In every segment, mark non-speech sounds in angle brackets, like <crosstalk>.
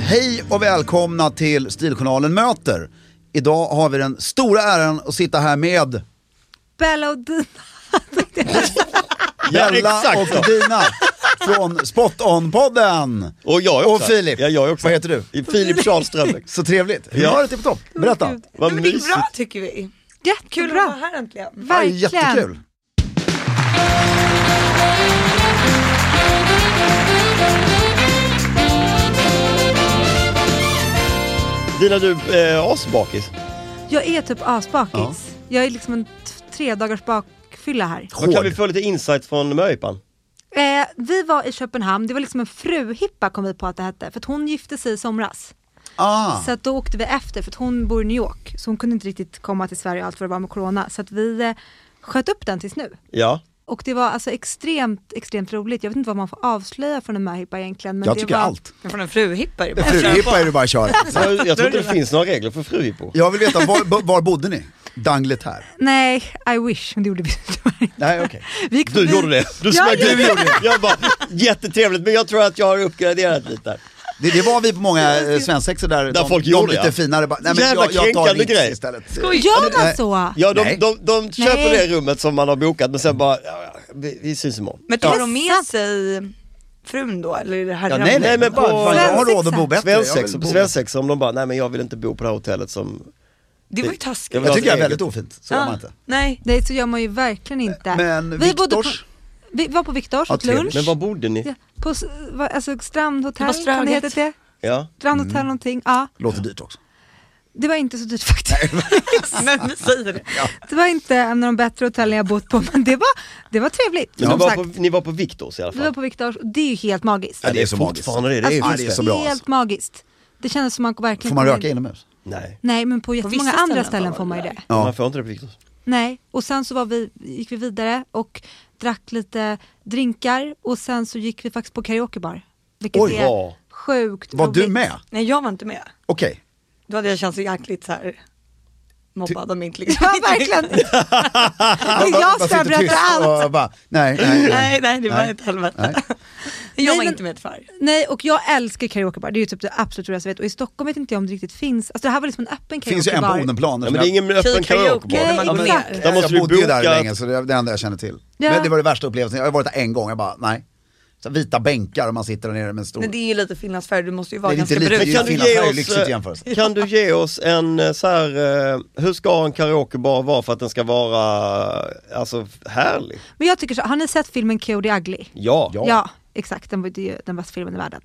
Hej och välkomna till Stiljournalen möter. Idag har vi den stora äran att sitta här med Bella och Dina. Bella och Dina från Spot On-podden. Och jag Och Filip. Ja, jag också. Vad heter du? Filip Charlström. Så trevligt. Hur Ja. har du det på topp? Berätta. Vad Men det gick mysigt. bra tycker vi. Kul att vara Jättebra, här äntligen. Ja, verkligen. Jättekul. Dina du, eh, asbakis. Jag är typ asbakis. Jag är liksom en t- tre dagars bakfylla här. Vad kan Hård. vi få lite insight från Möhippan? Eh, vi var i Köpenhamn, det var liksom en fruhippa kom vi på att det hette, för att hon gifte sig i somras. Ah, Så att då åkte vi efter, för att hon bor i New York, så hon kunde inte riktigt komma till Sverige och allt vad det var med corona. Så att vi eh, sköt upp den tills nu. Ja. Och det var alltså extremt, extremt roligt. Jag vet inte vad man får avslöja från en möhippa egentligen. Men jag det tycker var... allt. Men Från en fruhippa är det bara. Fruhippa är du bara kör. Jag, jag tror inte det finns några regler för fruhippor. Jag vill veta, var, bo- var bodde ni? Danglet här? Nej, I wish, <laughs> men det gjorde vi tyvärr inte. Nej, okej. Vi Du gick förbi- gjorde det. Du Jag smällde gjorde ut det. Jag bara, jättetrevligt men jag tror att jag har uppgraderat lite där. Det, det var vi på många eh, svensexor där, där de, folk de gjorde, lite ja. finare bara, nej men Jävla jag, jag tar kränkande Ritz grej. istället. Gör man Nej. så? Ja, de, Nej. de, de, köper Nej. det rummet som man har bokat men sen bara, ja, ja, vi, vi syns imorgon. Men tar Ja. de med sig frun då? Eller är det här Ja, nej, nej, Nej, men men bara- bara, jag har råd att bo bättre. Jag vill Svensexa, bo på bättre. svensexa om de bara, nej men jag vill inte bo på det här hotellet som... Det var ju Jag taskigt. vill Jag ha tycker jag är eget. väldigt ofint, så gör man inte. <laughs> Nej. Nej så gör man ju verkligen inte. Men bodde på, Viktors? vi var på Viktors, Ja, åt trevligt. lunch. Men var bodde Ja, ni? på s- va- alltså, Strandhotell, Det var kan det Ströget. heta det? Ja. Strandhotell Mm. någonting, ja. Låter dyrt också. Det var inte så dyrt faktiskt. Men vi säger det. <laughs> Det var inte en av de bättre hotellen jag bott på, men det var, det var trevligt. Men som du var sagt. på, ni var på Victors i alla Vi fall? var på Viktors och det är ju helt magiskt. Ja, det är så magiskt. fortfarande det, det är ju Alltså, det är så bra helt alltså. magiskt. Det känns som man verkligen Får man kommer röka in- inomhus? Nej, Nej, men på vissa jättemånga andra ställen ställen får får man man ju det. det. Ja. man får inte det på Victors. Nej, och sen så var vi, gick vi vidare och drack lite drinkar och sen så gick vi faktiskt på karaokebar. Vilket Oj, är vad. sjukt Var roligt. du med? Nej jag var inte med. Okej. Då hade jag känt sig jäkligt så här mobbad av min klick. <laughs> Ja, <laughs> verkligen. det är jag som sitter berättar tyst allt. och Bara, nej, nej, <laughs> Nej, nej det var Nej. ett helvete. Nej. Jag var men- inte med tyvärr. Nej, och jag älskar karaokebar. Det är ju typ det absolut roligaste jag vet. Och i Stockholm vet inte jag om det riktigt finns. Alltså det här var liksom en öppen Det finns ju en på karaokebar. Odenplan. Ja, men det är ingen öppen Karaoke, karaokebar. när man går Nej, exakt. ner. Där måste jag vi bodde ju där boka- länge så det är det enda jag känner till. Ja. Men det var det värsta upplevelsen, jag har varit där en gång, jag bara nej. så här vita bänkar och man sitter där nere med en stor... Men det är ju lite finlandsfärg, du måste ju vara Nej, det är ganska inte lite, brun. det är ju Kan Finlands du, ge här är oss, lyxigt i eh, jämförelse. <laughs> kan du ge oss en eh, så här, eh, hur ska en karaokebar vara för att den ska vara eh, alltså, härlig? Men jag tycker så, har ni sett filmen Coyote Ugly? Ja. Ja. Ja, exakt. Den var det är ju den bästa filmen i världen.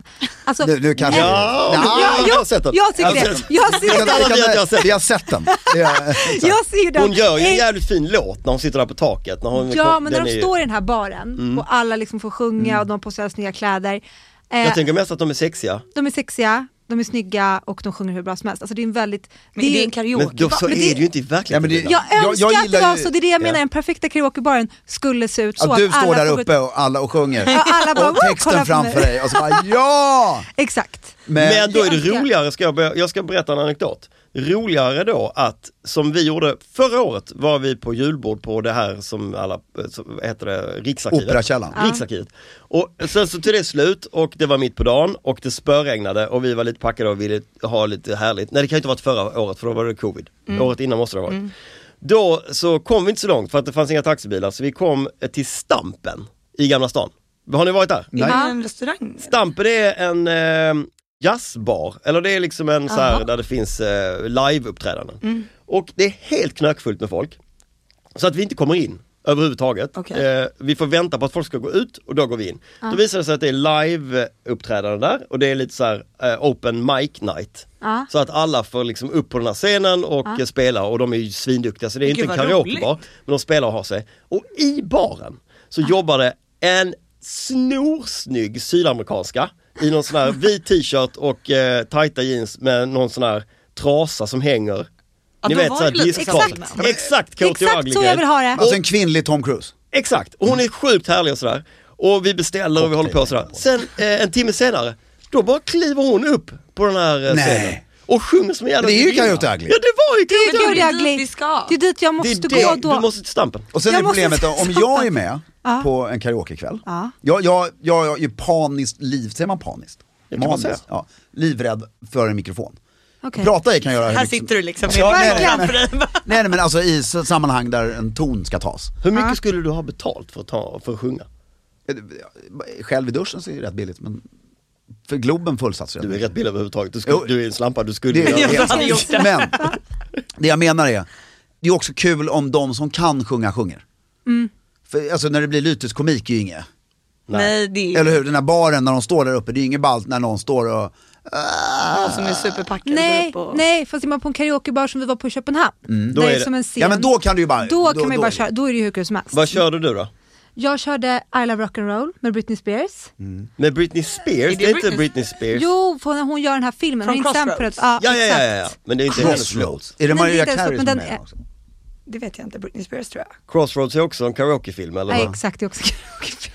Alltså, Nu, nu kanske... Nej, Ja, Nej, ja, jag har jag, sett den. jag tycker har det. sett den. Jag ser Vi den. kan- alla vi vet kan- jag har sett den. Vi har sett den. Det är- Jag ser den. Hon gör ju en en- jävligt fin låt när hon sitter där på taket. När hon, eh, Ja men när de är- står i den här baren och alla liksom får sjunga och de på sig snygga kläder. Eh, Jag tänker mest att de är sexiga. De är sexiga, de är snygga och de sjunger hur bra som helst. Alltså det är en väldigt... Men det är en Men karaoke. då, så men är det- det ju inte i Ja, men verkligheten. det- Linda. jag Jag- önskar jag att det gillar var ju- så, det är det jag menar. Ja. Den perfekta karaokebaren skulle se ut <laughs> så Att du står alla där får gå- uppe och alla och sjunger. Ja, alla bara, och "Wow, kolla texten på framför mig." dig och så bara ja! Exakt. Men, Men då är det Jag önskar- roligare, ska jag, börja- jag ska berätta en anekdot. Roligare då att, som vi gjorde förra året, var vi på julbord på det här som alla, eh, som heter det, Riksarkivet. Operakällan. Ja. Riksarkivet. Och sen så till det slut och det var mitt på dagen och det spöregnade och vi var lite packade och ville ha lite härligt. Nej det kan ju inte ha varit förra året för då var det covid. Året innan måste det ha varit. Då så kom vi inte så långt för att det fanns inga taxibilar så vi kom eh, till Stampen i Gamla stan. Har ni varit där? Är det Ja. en restaurang? Stampen är en eh, jazzbar, eller det är liksom en så här, där det finns eh, liveuppträdanden. Och det är helt knökfullt med folk. Så att vi inte kommer in överhuvudtaget. Okej. Eh, vi får vänta på att folk ska gå ut och då går vi in. Då visar det sig att det är liveuppträdanden där och det är lite så här eh, open mic night. Ja. Så att alla får liksom upp på den här scenen och eh, spela och de är ju svinduktiga så det är Gud, inte en vad karaokebar. roligt. Men de spelar och har sig. Och i baren så jobbade en snorsnygg sydamerikanska i någon <laughs> sån här vit t-shirt och eh, tajta jeans med någon sån här trasa som hänger. Ja, Ni då vet var såhär det lite disktrasa. exakt. Exakt, Cote Exakt så jag vill ha det. Alltså en kvinnlig Tom Cruise. Exakt, och hon är sjukt härlig och sådär. Och vi beställer och vi håller på och sådär. Sen eh, en timme senare, då bara kliver hon upp på den här eh, Nej. scenen. Och sjunger som en jävla Men det är ju gudinna. Coyote Ugly. Ja det var ju Det Coyote är det Ugly! är dit jag glad. vi ska. Det är dit jag måste Det är gå det, då. du måste till Stampen. Och sen Jag är måste problemet säga om så. jag är med Ja. på en karaokekväll. Ja. Jag, jag, jag är ju paniskt liv, säger man paniskt? kan man säga. ja, livrädd för en mikrofon. Okej. Prata i kan jag göra hur Här mycket som- sitter du liksom Ja, med nej, en nej, nej. framför dig. Nej, nej men alltså i s- sammanhang där en ton ska tas. Hur mycket skulle du ha betalt för att, ta, för att sjunga? Själv i duschen så är det rätt billigt men för Globen fullsatt så är det Du är billigt. rätt billig överhuvudtaget, du, skulle, Jo. du är en slampa, du skulle Det är göra jag det. hade helt- gjort Men det jag menar är, det är också kul om de som kan sjunga sjunger. Mm. För, alltså när det blir lyteskomik är ju inget. Nej, det är ju Eller hur? Den här baren när de står där uppe, det är ju inget ballt när någon står och... någon som är superpackad. Nej, och- nej, fast är man på en karaokebar som vi var på i Köpenhamn, Då där är det är det- som en scen. Ja men då kan du ju bara... då kan man ju bara är det- köra, då är det ju hur kul som helst. Vad körde du då? Jag körde I Love Rock'n'Roll med Britney Spears. Med Britney Spears? Är det det är inte Britney- Britney Spears? Jo, för när hon gör den här filmen. Från hon är inte sämd på Crossroads. det. ja, Ja, ja, ja, ja, ja, exakt. men det är inte hennes låt. Crossroads. Är det Nej, det är Maria inte ens Carey så, som är men med den- också? Det vet jag inte, Britney Spears tror jag. Crossroads är också en karaokefilm eller? Nej, vad? exakt, det är också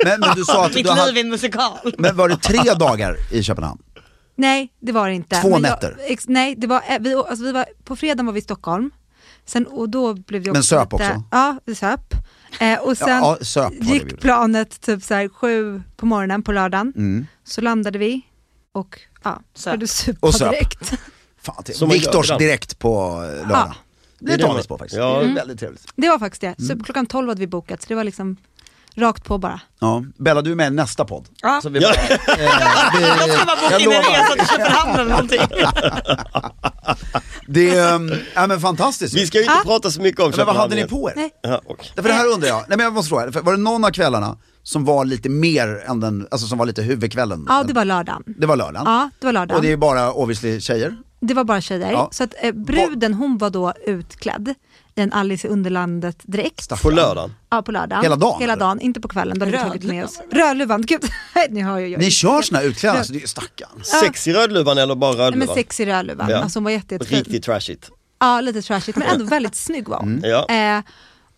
Men, men du sa att Mitt du hade... liv är en musikal. Men var det tre dagar i Köpenhamn? <laughs> Nej, det var det inte. Två Men jag- nätter? ex, nej, det var, eh, vi, alltså, vi var, på fredagen var vi i Stockholm. Sen, och då blev vi också Men söp lite, också? Ja, vi söp. Eh, och sen ja, söp var det vi gjorde. gick planet typ så här sju på morgonen på lördagen. Mm. Så landade vi och ja, Söp. började supa Och söp. direkt. <laughs> Fan, Som till man gör Viktors ibland. direkt på eh, lördag. Ja. Mm. Det är Det är talis det. på faktiskt. Ja. Det är väldigt trevligt. Det var faktiskt det. Mm. Så klockan 12 hade vi bokat så det var liksom rakt på bara. Ja. Bella, du är med i nästa podd. Ja. Så vi bara, eh, vi, Jag ska bara boka jag in en lovar. resa till Köpenhamn eller någonting. <laughs> Det är, ehm, ja, men fantastiskt. <laughs> Vi ska ju inte prata så mycket om men vad hade ni Köpenhamn. på er? Nej. Ja, och- För det här undrar jag, nej men jag måste fråga, för var det någon av kvällarna som var lite mer än den, alltså som var lite huvudkvällen? Ja, det var lördagen. Det var lördagen. Ja, det var lördagen. Och det är ju bara obviously tjejer. Det var bara tjejer. Ja. Så att eh, bruden hon var då utklädd i en Alice i Underlandet direkt. På lördagen. Ja, på lördagen. Hela dagen, Hela eller? dagen, inte på kvällen. Då hade vi tagit med Rödluvan oss. Rödluvan, gud. <laughs> Nej, ni hör ju. jag är Ni kör inte- såna här utklädda, alltså det är ju stackarn. Sexig Rödluvan eller bara Nej, men Rödluvan? sexig Rödluvan. Ja. Alltså hon var jätte, jättefin. Riktigt trashigt. Ja, lite trashigt men <laughs> ändå väldigt snygg var Mm. hon. Ja. Eh,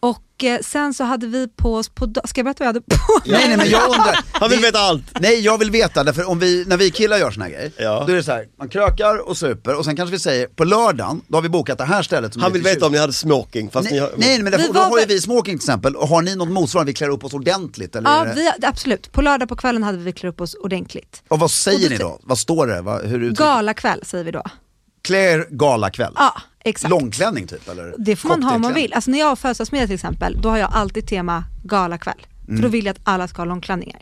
och eh, sen så hade vi på oss på... da- Ska jag berätta vad jag hade på mig? Nej nej men jag undrar. Han vill det- veta allt. Nej jag vill veta, därför om vi, när vi killar gör såna här grejer, Ja. då är det så här, man krökar och super och sen kanske vi säger på lördagen, då har vi bokat det här stället som Han är vill lite veta om ni hade smoking fast Nej, ni har... nej men därför, Vi då var har ju väl- vi smoking till exempel, och har ni något motsvarande, vi klär upp oss ordentligt eller? är Ja, det- vi, absolut. På lördag på kvällen hade vi klär upp oss ordentligt. Och vad säger Och ni då- då? Vad står det? Vad, hur uttrycker Galakväll säger vi då. Klär galakväll? Ja, exakt. Långklänning typ eller? Det får man ha om man Cocktailklänning? vill. Alltså när jag har Mm. födelsedagsmiddag till exempel, då har jag alltid tema galakväll. För då vill jag att alla ska ha långklänningar.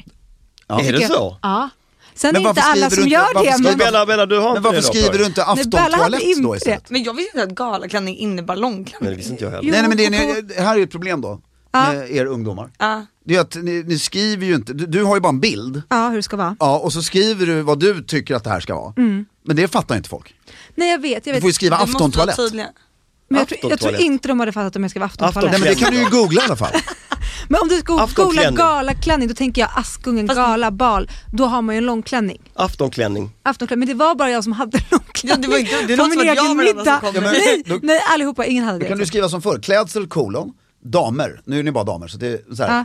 Är det tycker jag. så? Ja. Sen Men är det inte varför skriver alla som du inte- gör varför det. skriver Men Men Men, Bella- Bella, Bella, du har Men inte varför det då, skriver Karin? du inte Nej, Bella hade aftontoalett då inte istället? Men jag visste inte att galaklänning innebar Nej, det långklänning. visste inte jag heller. Jo, Nej, nej men det, är, och ni- här är ju ett problem då, Ja. med er ungdomar. Ja. Det är att ni, ni skriver ju inte, du, du har ju bara en bild, ja, hur det ska vara. ja, och så skriver du vad du tycker att det här ska vara. Mm. Men det fattar inte folk. Nej, jag vet. Jag Du vet. får ju skriva Vi måste vara aftontoalett. tydliga. Men jag, tror, jag tror Aftontoalett. inte de hade fattat om jag skrev aftontoalett. Nej men det kan du ju googla i alla fall. Men om du ska googla Aftonklänning. galaklänning, då tänker jag Askungen, Fast- gala, bal. Då har man ju en långklänning. Aftonklänning. Aftonklänning. Men det var bara jag som hade <laughs> Ja, långklänning. det var ju- det På låter min som att jag egen var den enda middag. som kom. Ja, men- nej, då- nej, allihopa. Ingen hade Då det. kan du skriva som förr, klädsel kolon, damer, nu är ni bara damer så det är så här, Ja.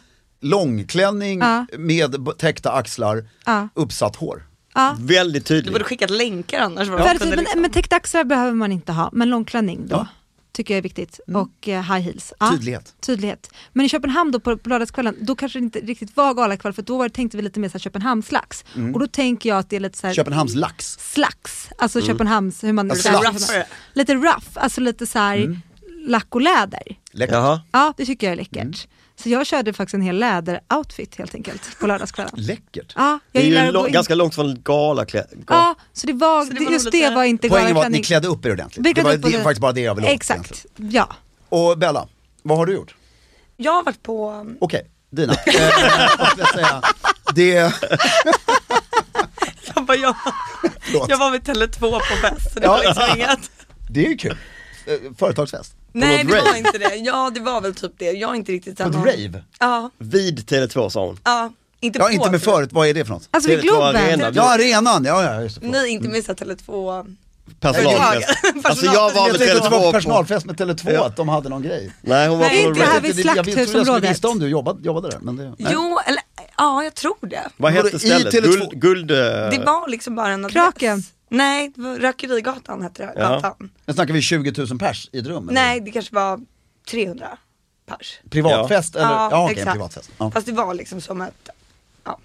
långklänning Ja. med b- täckta axlar, Ja. uppsatt hår. ja. Väldigt Du tydligt. borde skickat länkar annars. var det Perfekt, kunde men, liksom- men täckta axlar behöver man inte ha, men långklänning då. Ja. Tycker jag är viktigt. Och eh, high heels. Ja, Tydlighet. tydlighet. Men i Köpenhamn då på på lördagskvällen, då kanske det inte riktigt var galakväll för då var, det- tänkte vi lite mer så här Köpenhamnslax. Och då tänker jag att det är lite så här Köpenhamns lax. slags, alltså Köpenhamns, hur man Alltså, så här- slafs. Köpenhamn- Lite rough, alltså lite så här lack och läder. Läckert. Jaha. Ja, det tycker jag är läckert. Så jag körde faktiskt en hel läderoutfit helt enkelt på lördagskvällen. Läckert. Ja, Det jag är gillar ju att gå lång, in. ganska långt från galaklänning. Ja, så det var, Så det var just nog lite- det var inte Poängen var att ni galaklänning. klädde upp er ordentligt. Vi Det klädde var upp oss- det, faktiskt bara det jag ville åt egentligen. Exakt, ja. Och Bella, vad har du gjort? Jag har varit på... um, Okej, dina. eh, vad ska jag säga? Det, Jag, bara, jag, <laughs> Förlåt. jag var med Tele2 på fest så det var liksom inget. det är ju kul. Eh, Företagsfest. Nej något det var rave? inte det. Ja det var väl typ det. Jag är inte riktigt På såhär ett någon- rave? Ja, Vid Tele2 sa hon. ja. Inte Ja, på inte med Tele2. förut, vad är det för något? Alltså vid Tele2 Globen. Arena. Ja, arenan, ja, ja just det. förlåt. Mm. Nej inte med såhär Tele2. Personalfest. Personal- Alltså jag var Jag med tänkte att det Tele2 var på... personalfest med Tele2, att de hade någon grej. Nej hon var Nej, på inte någon här rave. vid Det- det- jag- Jag trodde jag skulle Slakthusområdet. visste om du jobbade, jobbade där. Men det, Jo, eller ja jag tror det. Vad Vadå, hette i stället? Tele2? Guld... guld eh, Det var liksom bara en adress. Kraken. Nej, det var Rökerigatan hette det, Ja. gatan. Men snackar vi 20 000 pers i ett rum? eller? Nej det kanske var 300 pers. Privatfest eller? Ja, okej, en privatfest. Ja. Fast det var liksom som ett,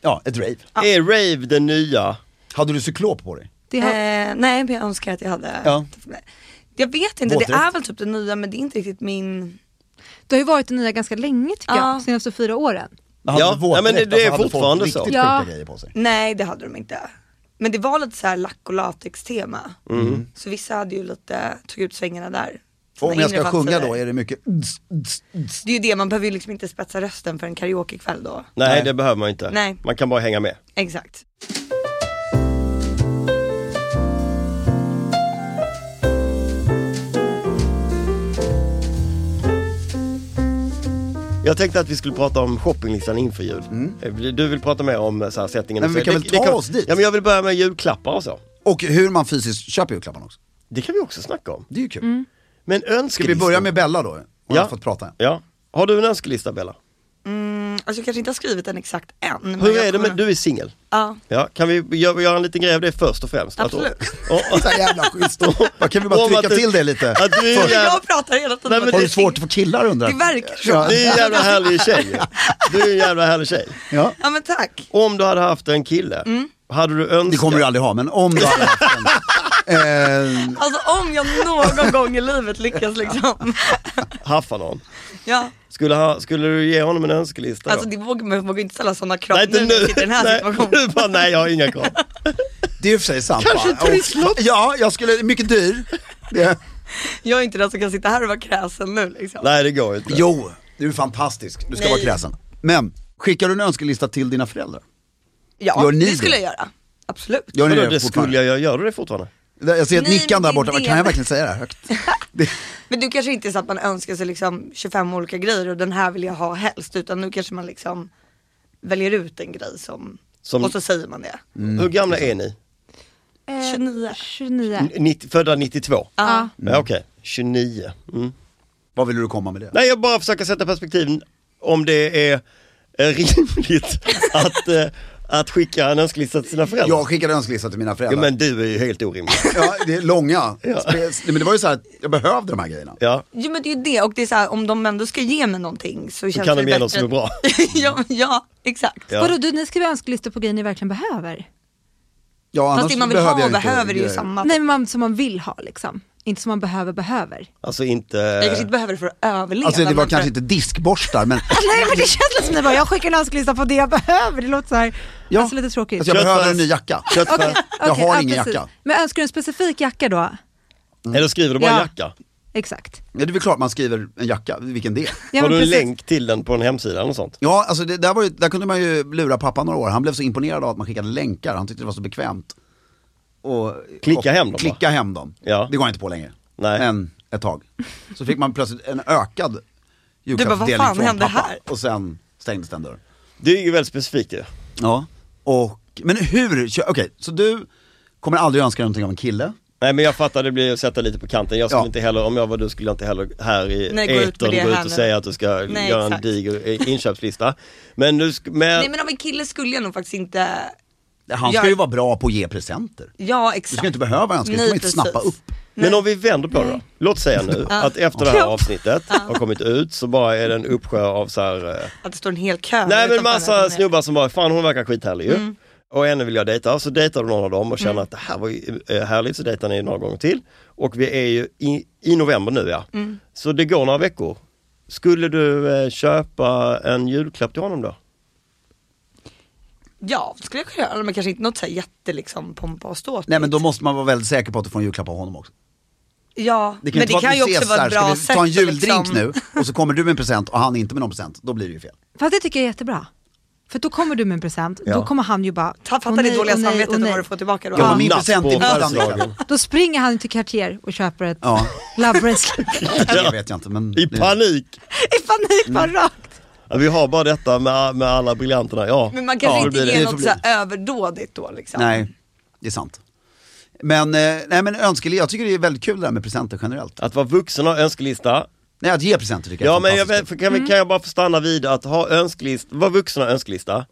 ja, ett rave. Är rave den nya? Hade du cyklop på dig? Det har, eh, nej men jag önskar att jag hade. Ja. Jag vet inte, det Våtdräkt. är väl typ det nya men det är inte riktigt min, det har ju varit det nya ganska länge tycker jag, Ja. senaste fyra åren. Men hade Ja, du våtdräkt? Alltså, nej, men det- det är hade folk fortfarande så. Riktigt Ja. sjuka grejer på sig. nej det hade de inte. Men det var lite så här lack och latex tema. Mm. Så vissa hade ju lite, tog ut svängarna där. Och om Sina jag ska inre sjunga fantasier. då är det mycket Det är ju det, man behöver ju liksom inte spetsa rösten för en karaokekväll då. Nej, Nej. det behöver man inte. Nej. Man kan bara hänga med. Exakt. Jag tänkte att vi skulle prata om shoppinglistan inför jul. Du vill prata mer om eh, så här, sättningen. Mm. Men vi Så kan det- väl det ta oss dit? Ja, men jag vill börja med julklappar och så. Och hur man fysiskt köper julklapparna också. Det kan vi också snacka om. Det är ju kul. Mm. Men Ska önskelista. vi börja med Bella då? Hon Ja. har fått prata. Ja. Har du en önskelista Bella? Mm, alltså jag kanske inte har skrivit den exakt än. men Hur jag är det kommer- med, du är singel? Ja. Ja, kan vi göra, göra en liten grej av det först och främst? <laughs> Absolut. Att, och, och, Så här jävla schysst. Vad Kan vi Om bara att trycka du- till det lite? att du är Först. jävla, <laughs> Jag pratar hela tiden. Nej, om men att Har jag du är svårt för singel. killar undrar Det verkar så. Ja. du är en jävla härlig tjej ju. Du är en jävla härlig tjej. Ja. Ja men tack. Om du hade haft en kille, Mm. hade du önskat? Det kommer du aldrig ha, men om du hade haft en. Eh, Alltså om jag någon gång i livet lyckas liksom. haffa någon. <laughs> Ja. Skulle, ha, skulle du ge honom en önskelista Alltså då? det vågar man vågar inte ställa sådana krav Nej inte nu nu. när jag sitter i den här nej, situationen. <laughs> du bara, nej jag har inga krav. det är ju för sig sant. Kanske va? ett turistlott? Ja, jag skulle, mycket dyr. Det, Jag är inte den som kan sitta här och vara kräsen nu liksom. Nej det går ju inte. jo, du är fantastisk. Du ska Nej. vara kräsen. Men, skickar du en önskelista till dina föräldrar? Ja, Gör ni det skulle det? jag göra. Absolut. Gör ni Vadå, det, det fortfarande? skulle jag göra, gör du det fortfarande? jag... ser ett Nej, nickande där men det är borta, det. kan jag verkligen säga det här högt? Det, Men du kanske inte är så att man önskar sig liksom 25 olika grejer och den här vill jag ha helst utan nu kanske man liksom väljer ut en grej som, Som- och så säger man det. Mm. Hur gamla är ni? Eh, 29. 29. N- 90, födda 92? Ja. Ja, Okej, 29. Mm. vad vill du komma med det? Nej, jag bara försöker sätta perspektiv om det är eh, <laughs> rimligt att, eh, att skicka en önskelista till sina föräldrar. Jag skickade önskelista till mina Ja, föräldrar. men du är ju helt orimlig. Ja, det är <laughs> långa. Spe- Men det var ju så här, att jag behövde de här grejerna. Ja, Jo men det är ju det och det är så här, om de ändå ska ge mig någonting så känns kan det de ge bättre. något som är bra. <laughs> ja, men- ja exakt. Ja. Vadå, du, ni skriver önskelistor på grejer ni verkligen behöver? Ja, Fast det man vill behöver ha jag och inte behöver är ju grejer. samma. Nej men man, som man vill ha liksom. Inte som man behöver behöver. Alltså inte... Jag kanske inte behöver det för att överleva. Eh, Alltså det men var för- kanske inte diskborstar <laughs> men <laughs> Nej men det känns lite som ni bara, jag skickar en önskelista på det jag behöver. Det låter så här, Ja. alltså lite tråkigt. alltså, jag Köttfärs. behöver en ny <laughs> jacka. Köttfärs. Jag Okej, har ja, ingen precis. jacka. Men önskar du en specifik jacka då? Eller skriver du bara Ja. jacka? Exakt. Ja, det är väl klart man skriver en jacka, vilken det är. Ja, Har men du en precis. länk till den på en hemsida eller något sånt? Ja, alltså det, där, var ju, där kunde man ju lura pappa några år. Han blev så imponerad av att man skickade länkar. Han tyckte det var så bekvämt. Och, Klicka och, hem dem, va? Klicka hem dem. Ja. Det går inte på längre. Nej. Men ett tag. Så fick man plötsligt en ökad Du bara, vad julklappsdelning fan från hände pappa. här? Och sen stängdes den dörren. Det är ju väldigt specifikt det. Ja. Och, men hur, kö- okej, så du kommer aldrig önska någonting av en kille? Nej men jag fattar, det blir att sätta lite på kanten. Jag skulle Ja. inte heller, om jag var du skulle jag inte heller här i Nej, gå ut med etern det gå ut här och nu. säga att du ska Nej, göra exakt. en diger eh, inköpslista. Men du, sk- men, Nej men av en kille skulle jag nog faktiskt inte, Han ska Jag- ju vara bra på att ge presenter. ja Du exakt. ska inte behöva önska, du ska Nej, man inte snappa precis. upp. men om vi vänder på det då. Låt säga nu att efter det här avsnittet har kommit ut så bara är det en uppsjö av så här. eh, Att det står en hel kö. Nej men utanför massa den här. snubbar som bara, fan hon verkar skithärlig ju. Mm. Och henne vill jag dejta. Så dejtar du någon av dem och känner att det här var ju eh, härligt, så dejtar ni några gånger till. Och vi är ju i, i november nu ja. Mm. Så det går några veckor. Skulle du eh, köpa en julklapp till honom då? Ja det skulle jag kunna göra men kanske inte något så här jätte liksom pompa och ståt. Nej men då måste man vara väldigt säker på att du får en julklapp av honom också. Ja Det kan men inte det vara kan att vi ju också ses vara där, ett Ska bra sätt. vi ta en att juldrink liksom- nu och så kommer du med en present och han inte med någon present, då blir det ju fel. Fast det tycker jag är jättebra. För att då kommer du med en present, Ja. då kommer han ju bara... Ta, "Åh fattar ditt nej, dåliga åh nej, åh samvetet och nej." vad du får tillbaka då. Jag har Ja. min Napp present i på middagen födelsedagen. Då springer han till Cartier och köper ett <laughs> Ja. <laughs> <laughs> love bracelet. Det vet jag inte men... I panik! I panik bara Mm. rakt. Ja, vi har bara detta med, med alla briljanterna, ja. Men man kanske ja, det inte blir det. ger Det får något bli så här överdådigt då liksom. Nej, det är sant. Men, eh, nej men önskeli, jag tycker det är väldigt kul det här med presenter generellt. Att vara vuxen och ha önskelista. Nej att ge presenter tycker jag Ja är men jag, fantastiskt vet- kan, vi, kan jag bara få stanna vid att ha önskelist, vara vuxen och ha önskelista.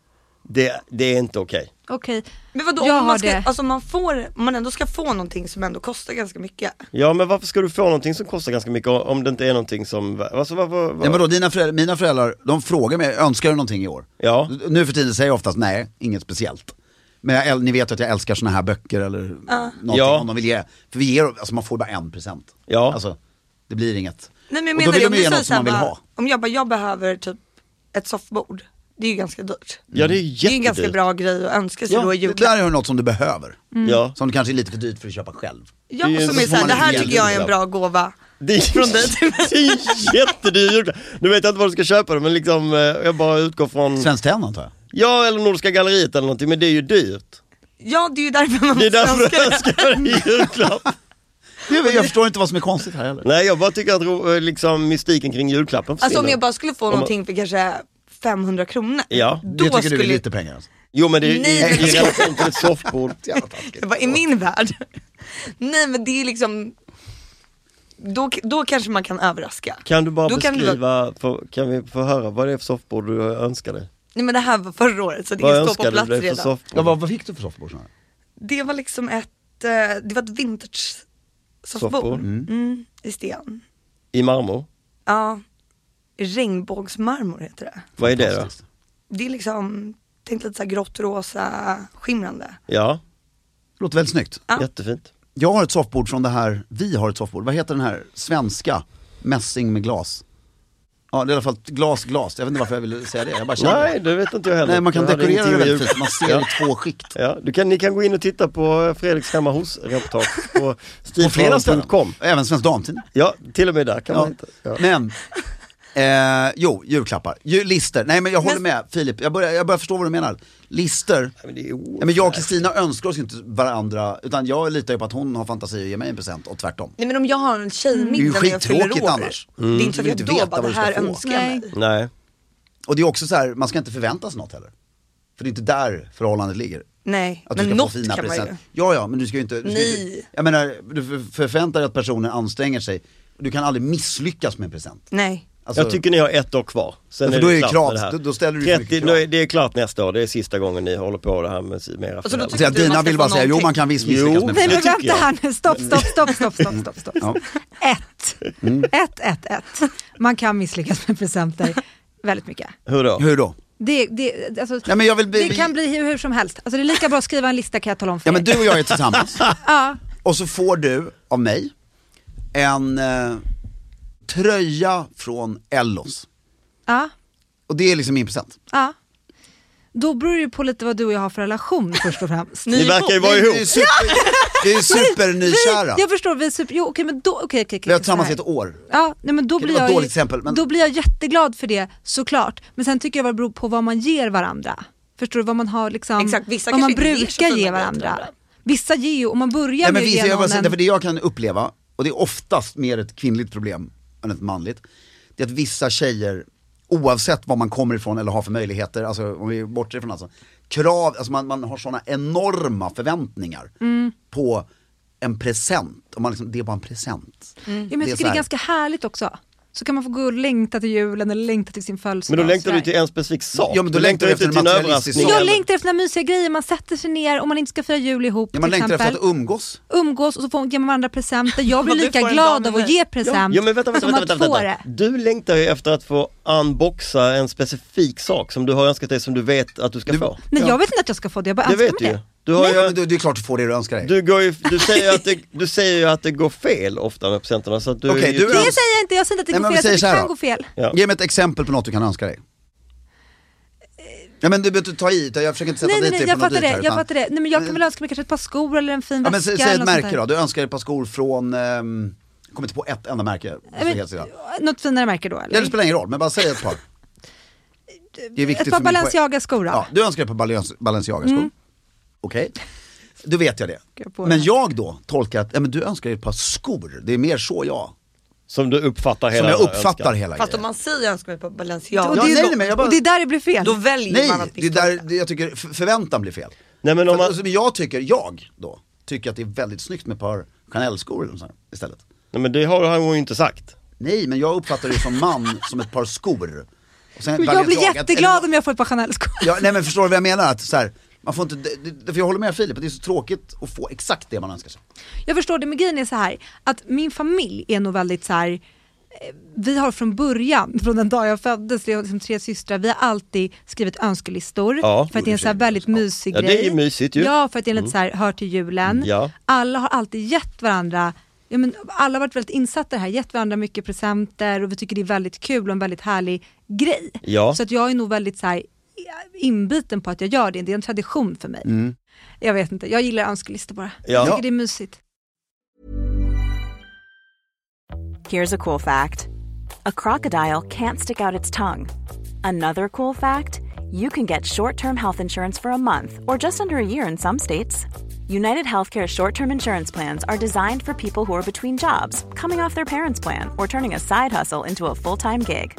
Det, det är inte okej. Okej, Men vadå jag om har man, ska, det. alltså man, får, om man ändå ska få någonting som ändå kostar ganska mycket. Ja men varför ska du få någonting som kostar ganska mycket om det inte är någonting som, alltså varför? kul. Ja men då dina föräldrar, mina föräldrar, de frågar mig, önskar du någonting i år? Ja. Nu för tiden säger jag oftast nej, inget speciellt. Men jag, äl- ni vet ju att jag älskar såna här böcker eller någonting Ja. om de vill ge. För vi ger, alltså man får bara en present. Ja. Alltså, det blir inget. Nej, men jag och då menar vill de det, ju ge om du säger något så som här man vill bara, ha. Om jag bara, jag behöver typ ett soffbord. Det är ju ganska dyrt. Ja det är ju Det är ju en ganska jättedyrt. bra grej att önska sig Ja, då Mm. i det julklapp. där är ju något som du behöver. Ja. Som det kanske är lite för dyrt för att köpa själv. Ja, det är ju som en är såhär, sån det här hel tycker jag är en julklapp. bra gåva. Det är, från dig till mig. Det är en jättedyr julklapp. Nu vet jag inte vad du ska köpa det men liksom, eh, jag bara utgår från, Svenskt Tenn antar jag. ja eller Nordiska galleriet eller någonting men det är ju dyrt. Ja, det är ju därför man Det är måste därför önska jag det. önskar en julklapp. Jag, jag förstår inte vad som är konstigt här heller. Nej jag bara tycker att ro- eh, liksom, mystiken kring julklappen försvinner. Alltså om jag bara skulle få man- någonting för kanske 500 kronor. Ja. Det då tycker skulle du är lite pengar alltså. Jo men det är Nej, i, men- i relation till ett soffbord. Jävla taskigt. <laughs> jag bara, i min värld. Nej men det är liksom, då, då kanske man kan överraska. Kan du bara Då kan du- beskriva, för, kan vi få höra vad det är för soffbord du önskar dig? Nej men det här var förra året så det Vad kan stå på önskar du plats dig för redan. Ja, soffbord? vad, vad fick du för soffbord? snarare? Det var liksom ett, eh, det var ett vintage Soffbord. soffbord mm, i sten. I marmor? Ja, regnbågsmarmor heter det. Vad är det då? Fantastiskt. Det är liksom, tänk lite såhär grått, rosa, skimrande. Ja, Låter väldigt snyggt. Ja. jättefint. Jag har ett soffbord från det här, vi har ett soffbord. Vad heter den här svenska? Mässing med glas. Ja, det är i alla fall ett glas, glas. Jag vet inte varför jag ville säga det. Jag bara kände Nej, det. det vet inte jag heller. Nej, man kan Jag hade dekorera det ingenting med väldigt fint. jul. Man ser ja. i två skikt. Ja, du kan, ni kan gå in och titta på eh, Fredriks hemma hos-reportage på stilförhållanden.com. Även Svensk Damtidning. Ja, till och med där kan Ja. man hitta. Ja. Men, eh, jo, julklappar. Ju, lister. Nej men jag håller med Filip, jag börjar, jag börjar förstå vad du menar. Lister. Men det är Ja, men jag och Kristina önskar oss ju inte varandra, utan jag litar ju på att hon har fantasi att ge mig en present och tvärtom. Nej men om jag har en Det tjejmiddag är ju när jag fyller skittråkigt år. annars. Mm. Det är inte så att Du jag vill då inte veta vad bara, det du ska här få. önskar Nej. jag mig. Nej. Och det är också så här, man ska inte förvänta sig något heller. För det är inte där förhållandet ligger. Nej, Att du men ska något få fina kan man ju. presenter. Ja, ja, men du ska ju inte... Du ska ju Nej. inte jag menar, du för- förväntar dig att personen anstränger sig. Du kan aldrig misslyckas med en present. Nej. Alltså, jag tycker ni har ett år kvar. Sen Ja, för är då det är det klart krav. med det här. Då- då ställer du för mycket nu krav. är- Det är klart nästa år, det är sista gången ni håller på det här med med era Alltså, då föräldrar. tycker att du man Dina ska vill få bara säga, jo någonting? man kan visst misslyckas Jo. med Nej present. men Det tycker vänta jag. här nu, stopp, stopp, stopp, stopp, stopp, stopp, stopp. Ja. Mm. Ett. ett, ett, ett. Man kan misslyckas med presenter väldigt mycket. Hur då? Hur då? Det, det, alltså, Ja, men jag vill bli- det kan bli hur, hur som helst. Alltså, det är lika bra att skriva en lista kan jag tala om <laughs> för Ja men er. du och jag är tillsammans. Ja, och så får du av mig en eh, tröja från Ellos. Ja, Och det är liksom min present. ja. Då beror det ju på lite vad du och jag har för relation först och främst. Ni Ni är verkar ju ihop. vara Vi ihop. är super, vi <laughs> är supernykära. Vi, jag förstår, vi är super, jo, okej, men då, okej, okej, okej, Vi har så här. tillsammans i ett år. Ja, nej, men då Det blir var ett jag ju- dåligt exempel, men- Då blir jag jätteglad för det såklart. Men sen tycker jag det beror på vad man ger varandra. Förstår du vad man har liksom, Exakt, vissa vad man kanske inte ger så brukar fina ge grejer varandra. till varandra. Vissa ger ju, om man börjar Nej, med men att vi, ge jag bara, någon säger, en... därför det jag kan uppleva, och det är oftast mer ett kvinnligt problem än ett manligt, det är att vissa tjejer, oavsett var man kommer ifrån eller har för möjligheter, alltså om vi bortser ifrån alltså, krav, alltså man, man har sådana enorma förväntningar Mm. på en present. Och man liksom, det är bara en present. Mm. ja, men det är så jag tycker det här. är ganska härligt också. Så kan man få gå och längta till julen eller längta till sin Men födelsedag. då längtar sådär. du till en specifik sak. Ja, men då du längtar längtar du inte efter till en en materialistisk överraskning. sak. Jag längtar efter den här mysiga grejen, man sätter sig ner om man inte ska fira jul ihop Ja, man till längtar exempel. efter att umgås. Umgås och så får, ger man varandra <laughs> presenter. Jag blir Vad du lika får en glad dag av med att mig. ge present Ja men vänta, vänta, som vänta, att vänta, få vänta. det. Du längtar ju efter att få unboxa en specifik sak som du har önskat dig som du vet att du ska få. Nej jag vet inte att jag ska få det, jag bara Det önskar vet mig du ju. det. Du, har Nej, men ju, du, det är klart du får det du önskar dig. du, går ju, du, säger ju att det, du säger ju att det går fel ofta med presenterna så att du Okej, är ju du Det är- tyst. säger jag inte, jag säger inte Nej, att det men går vi fel, säger jag så säger här att det kan då. gå fel. Ja. Ge mig ett exempel på något du kan önska Eh. dig. Ja men du behöver inte ta i, utan jag försöker inte sätta Nej, nej, dit nej, dig jag på något fattar dyrt det. här, Jag utan- fattar det. Nej, men jag kan väl önska mig kanske ett par skor eller en fin Ja, väska. men sä- säg eller ett något sånt märke där. då, du önskar dig ett par skor från, ehm, jag kommer inte på ett enda märke. på Nej, hela sidan. men, något finare märke då Ja, eller? det spelar ingen roll, men bara säg ett par. Det är viktigt ett par för min poäng. Balenciaga-skor då? Mm. Ja, du önskar dig ett par Balenciaga- Balenciaga-skor. Okej, då vet jag det. jag på Men det. jag då tolkar att, ja, men du önskar dig ett par skor, det är mer så jag, Som du uppfattar som hela jag den här uppfattar önskan. hela Fast om grejen. man säger jag önskar mig på Och, Balenciaga, Ja, det nej, är, nej, men jag bara- och det är där det blir fel. då väljer Nej, man att liksom- det är där det- jag tycker f- förväntan blir fel. Nej, men om För att- man- som jag tycker, jag då, tycker att det är väldigt snyggt med ett par Chanel-skor eller något sånt här istället. Nej men det har han ju inte sagt. Nej, men jag uppfattar det som man som ett par skor. Och sen Men <laughs> jag blir Balenciaga- jätteglad eller- om jag får ett par Chanel-skor. Ja, nej men förstår du vad jag menar? Att så här, man får inte, det, det, för jag håller med Filip, att det är så tråkigt att få exakt det man önskar sig. Jag förstår det, men grejen är så här att min familj är nog väldigt så här eh, vi har från början, från den dag jag föddes, vi har liksom tre systrar, vi har alltid skrivit önskelistor Ja. för att det är en så här väldigt mysig Ja, det är grej. ju mysigt ju. Ja, för att det är lite så här, hör till julen. Mm. Ja. Alla har alltid gett varandra, ja, men alla har varit väldigt insatta i det här, gett varandra mycket presenter och vi tycker det är väldigt kul och en väldigt härlig grej. Ja. Så att jag är nog väldigt så här inbiten på att jag gör det, det är en tradition för mig. Jag vet inte, jag gillar önskelistor bara. Mm. Ja. Jag tycker det är mysigt. Here's a cool fact a crocodile can't stick out its tongue. Another cool fact you can get short term health insurance for a month or just under a year in some states. United Healthcare short term insurance plans are designed for people who are between jobs, coming off their parents' plan, or turning a side hustle into a full time gig.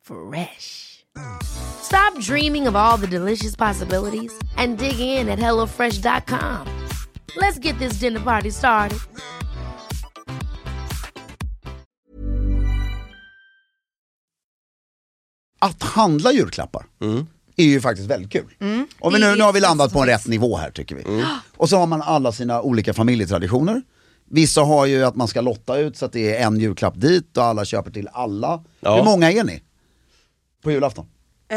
Fresh. Stop dreaming of all the delicious possibilities and dig in at HelloFresh.com. Let's get this dinner party started. Att handla julklappar är ju faktiskt väldigt kul. Mm. Och men nu, nu har vi landat på en rätt nivå här tycker vi. Och så har man alla sina olika familjetraditioner. Vissa har ju att man ska lotta ut så att det är en julklapp dit och alla köper till alla. Ja. Hur många är ni? På julafton? Eh,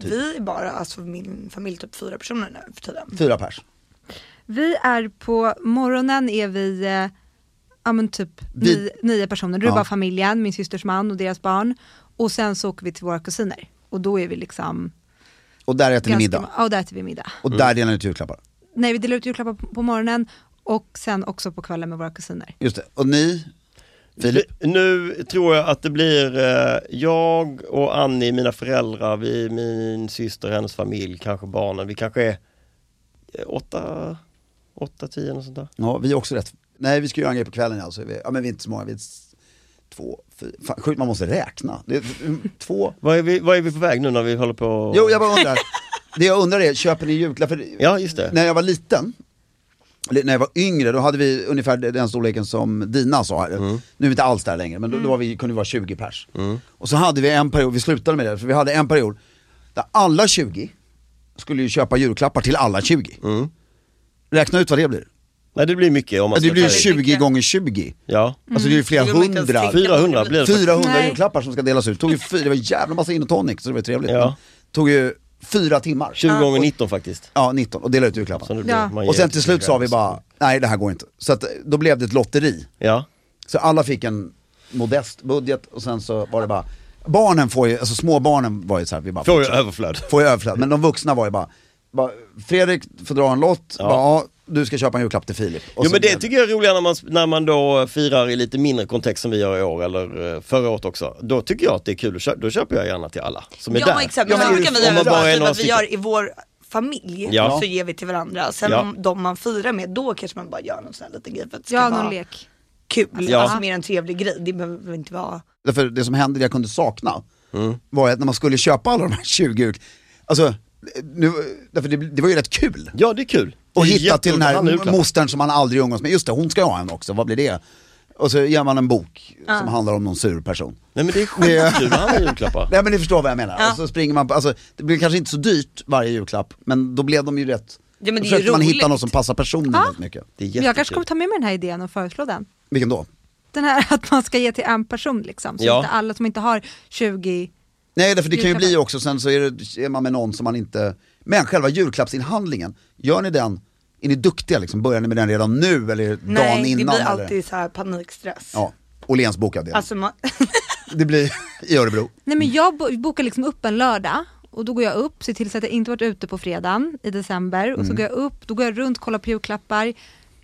Typ. vi är bara, alltså min familj, typ fyra personer nu för tiden. Fyra pers. Vi är på morgonen är vi eh, ja, men typ Vi- ni, nio personer. Du är bara familjen, min systers man och deras barn. Och sen så åker vi till våra kusiner. Och då är vi liksom... Och där äter ni middag. Ja, och där äter vi middag. Och där delar ni ut julklappar. Nej, vi delar ut julklappar på, på morgonen och sen också på kvällen med våra kusiner. Just det. Och ni? Filip? Nu tror jag att det blir eh, jag och Annie, mina föräldrar, vi, min syster, hennes familj, kanske barnen. Vi kanske är eh, åtta, åtta, tio och sånt där. Ja, vi är också rätt. Nej, vi ska göra en grej på kvällen ja, så är vi, ja men vi är inte så många, vi är s- två, fyra, fan, sjukt man måste räkna. Det är, mm, två, Vad är, vi, vad är vi på väg nu när vi håller på? jo jag bara undrar, det jag undrar är, köper ni julklappar? För Ja, just det. När jag var liten, eller när jag var yngre, då hade vi ungefär den storleken som Dina sa. här. Nu är vi inte alls där längre, men då, då var vi, kunde vi vara 20 pers. Och så hade vi en period, vi slutade med det, för vi hade en period där alla 20 skulle ju köpa julklappar till alla 20. Räkna ut vad det blir. Nej, det blir mycket om Det man ska blir ju ta i. 20 mycket. gånger 20. Ja. Alltså det är ju flera Det går inte ens hundra. tänka. 400 blir det. faktiskt. 400 Nej. julklappar som ska delas ut. Tog ju fyra, det var en jävla massa gin och tonic så det var ju trevligt. Ja. Tog ju fyra timmar. 20 gånger 19 faktiskt. Ja, 19 och delade ut Så julklappar. det blir- Ja. man ger Och sen ut till slut sa vi bara, nej det här går inte. Så att, då blev det ett lotteri. Ja. Så alla fick en modest budget och sen så var det bara, barnen får ju, alltså småbarnen var ju så här, vi bara Får ju överflöd. får ju överflöd. Men de vuxna var ju bara, bara Fredrik får dra en lott, ja. Ja. Bara, ja, du ska köpa en julklapp till Filip. Och Jo så men blev det tycker jag är roligare när man, när man då eh, firar i lite mindre kontext som vi gör i år eller eh, förra året också. Då tycker jag att det är kul, att köpa, då köper jag gärna till alla som är där. Ja exakt, Ja, men så men brukar om vi man bara göra är typ några att vi stycken. gör i vår familj Ja. så ger vi till varandra. Sen Ja. om de man firar med då kanske man bara gör någon sån här liten grej för att det ska Ja, vara någon lek. kul. Ja. Alltså mer en trevlig grej, det behöver inte vara Därför det som hände, det jag kunde sakna, var ju att när man skulle köpa alla de här <laughs> 20 ur- alltså, nu, därför det, det var ju rätt kul. Ja det är kul. Och Det är hitta till den jätteroligt. Han är här julklapp. mostern som man aldrig umgås med, just det, hon ska ha en också, vad blir det? Och så ger man en bok som handlar om någon sur person. Nej men det är skitkul att handla julklappar. Nej men ni förstår vad jag menar. Och så springer man på, alltså, det blir kanske inte så dyrt varje julklapp, men då blev de ju rätt... Ja, men det då är ju försökte man hitta roligt. något som passar personen väldigt mycket. Det är Men jag kanske jättekul. kommer ta med mig den här idén och föreslå den. Vilken då? Den här <laughs> att man ska ge till en person liksom, så Ja. inte alla som inte har 20 Nej, därför det kan ju Julklappar. bli också, sen så är, det, är man med någon som man inte... Men själva julklappsinhandlingen, gör ni den, är ni duktiga liksom? Börjar ni med den redan nu eller dagen Nej innan? det blir eller? alltid så här panikstress. Ja, Åhléns bokavdelning. Alltså <laughs> man, Det blir <laughs> i Örebro. Nej men jag bo- bokar liksom upp en lördag och då går jag upp, ser till så att jag inte varit ute på fredagen i december och Mm. så går jag upp, då går jag runt, kollar på julklappar,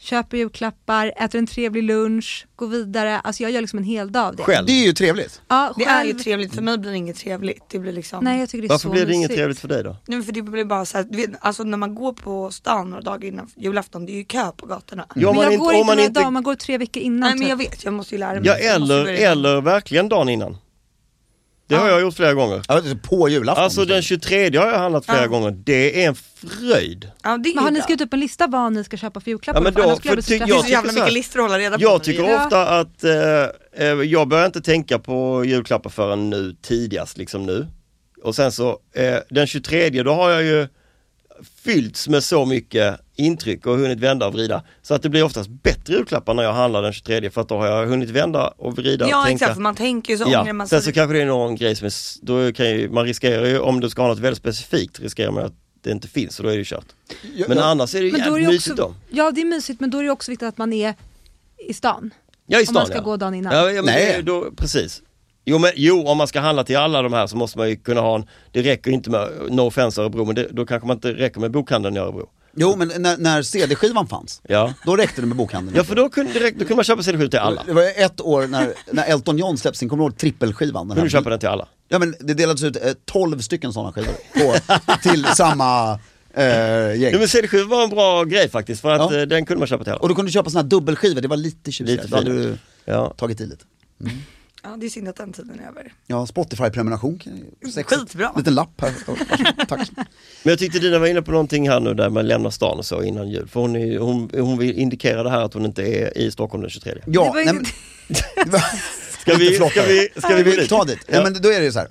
köper julklappar, äter en trevlig lunch, går vidare, alltså jag gör liksom en hel dag av det. Själv. Det är ju trevligt. Ja, det är ju själv. trevligt, för mig blir det inget trevligt. Det blir liksom Nej jag tycker det är Varför så blir det inget mysigt. trevligt för dig då? Nej men för det blir bara så här, du vet, alltså när man går på stan några dagar innan julafton, det är ju kö på gatorna. Ja, om Men man jag inte- går om inte man några inte- dagar, man går tre veckor innan Nej men typ. jag vet, jag måste ju lära mig. Ja Jag måste eller, börja. eller verkligen dagen innan. Det har jag gjort flera gånger. Ja, det är På julafton. Alltså den 23 har jag handlat flera Ja. gånger. Det är en fröjd. Ja, det är Men har ju ni bra. skrivit upp en lista vad ni ska köpa för julklappar? Ja, men För då- annars skulle jag för bli ty- så jag Det är stressad. så tycker jävla så här, mycket listor att hålla reda på. när Jag vi- tycker Ja. ofta att eh, eh, jag börjar inte tänka på julklappar förrän nu tidigast, liksom nu. Och sen så eh, den 23 då har jag ju fyllts med så mycket intryck och hunnit vända och vrida. Så att det blir oftast bättre julklappar när jag handlar den 23 för att då har jag hunnit vända och vrida och Ja tänka. exakt, för man tänker ju så ångrar ja. man Sen sig. så kanske det är någon grej som är, s- då kan ju, man riskerar ju om du ska ha något väldigt specifikt riskerar man att det inte finns och då är det ju kört. Men annars är det ju Men då är jävligt det mysigt också, då. ja det är mysigt men då är det också viktigt att man är i stan. Ja, i stan, Om man ska ja. gå dagen innan. Ja, ja, men Nej. Nej. Då, precis. Jo, men, jo, om man ska handla till alla de här så måste man ju kunna ha en, det räcker inte med, no offense Örebro, men det, då kanske man inte räcker med bokhandeln i Örebro. Jo, men när, när CD-skivan fanns, Ja. då räckte det med bokhandeln. Ja, för då kunde, det räck- då kunde man köpa CD7 till alla. Det var ett år när, när Elton John släppte sin, kommer du ihåg trippelskivan? Den Kunde här- du köpa den till alla. Ja men det delades ut eh, 12 stycken sådana skivor på, till samma eh, gäng. Jo, men CD7 var en bra grej faktiskt, för att Ja. eh, den kunde man köpa till alla. Och då kunde du köpa sådana här dubbelskivor, det var lite tjusigare. Lite Då hade finare. du Ja. tagit i lite. Ja det är synd att den tiden <laughs> är över. Ja, Spotify-prenumeration. kan ju- sexigt. Skitbra. Liten lapp <laughs> här. Varsågod, Tack. Men jag tyckte Dina var inne på någonting här nu där man lämnar stan och så innan jul. För hon, är, ju- hon, hon vill indikera det här att hon inte är i Stockholm den 23. Ja, Det var ju- nej, <laughs> men, <laughs> det var- Ska vi, lite ska vi, ska vi gå dit? ta dit? Ja. Nej men då är det ju så här.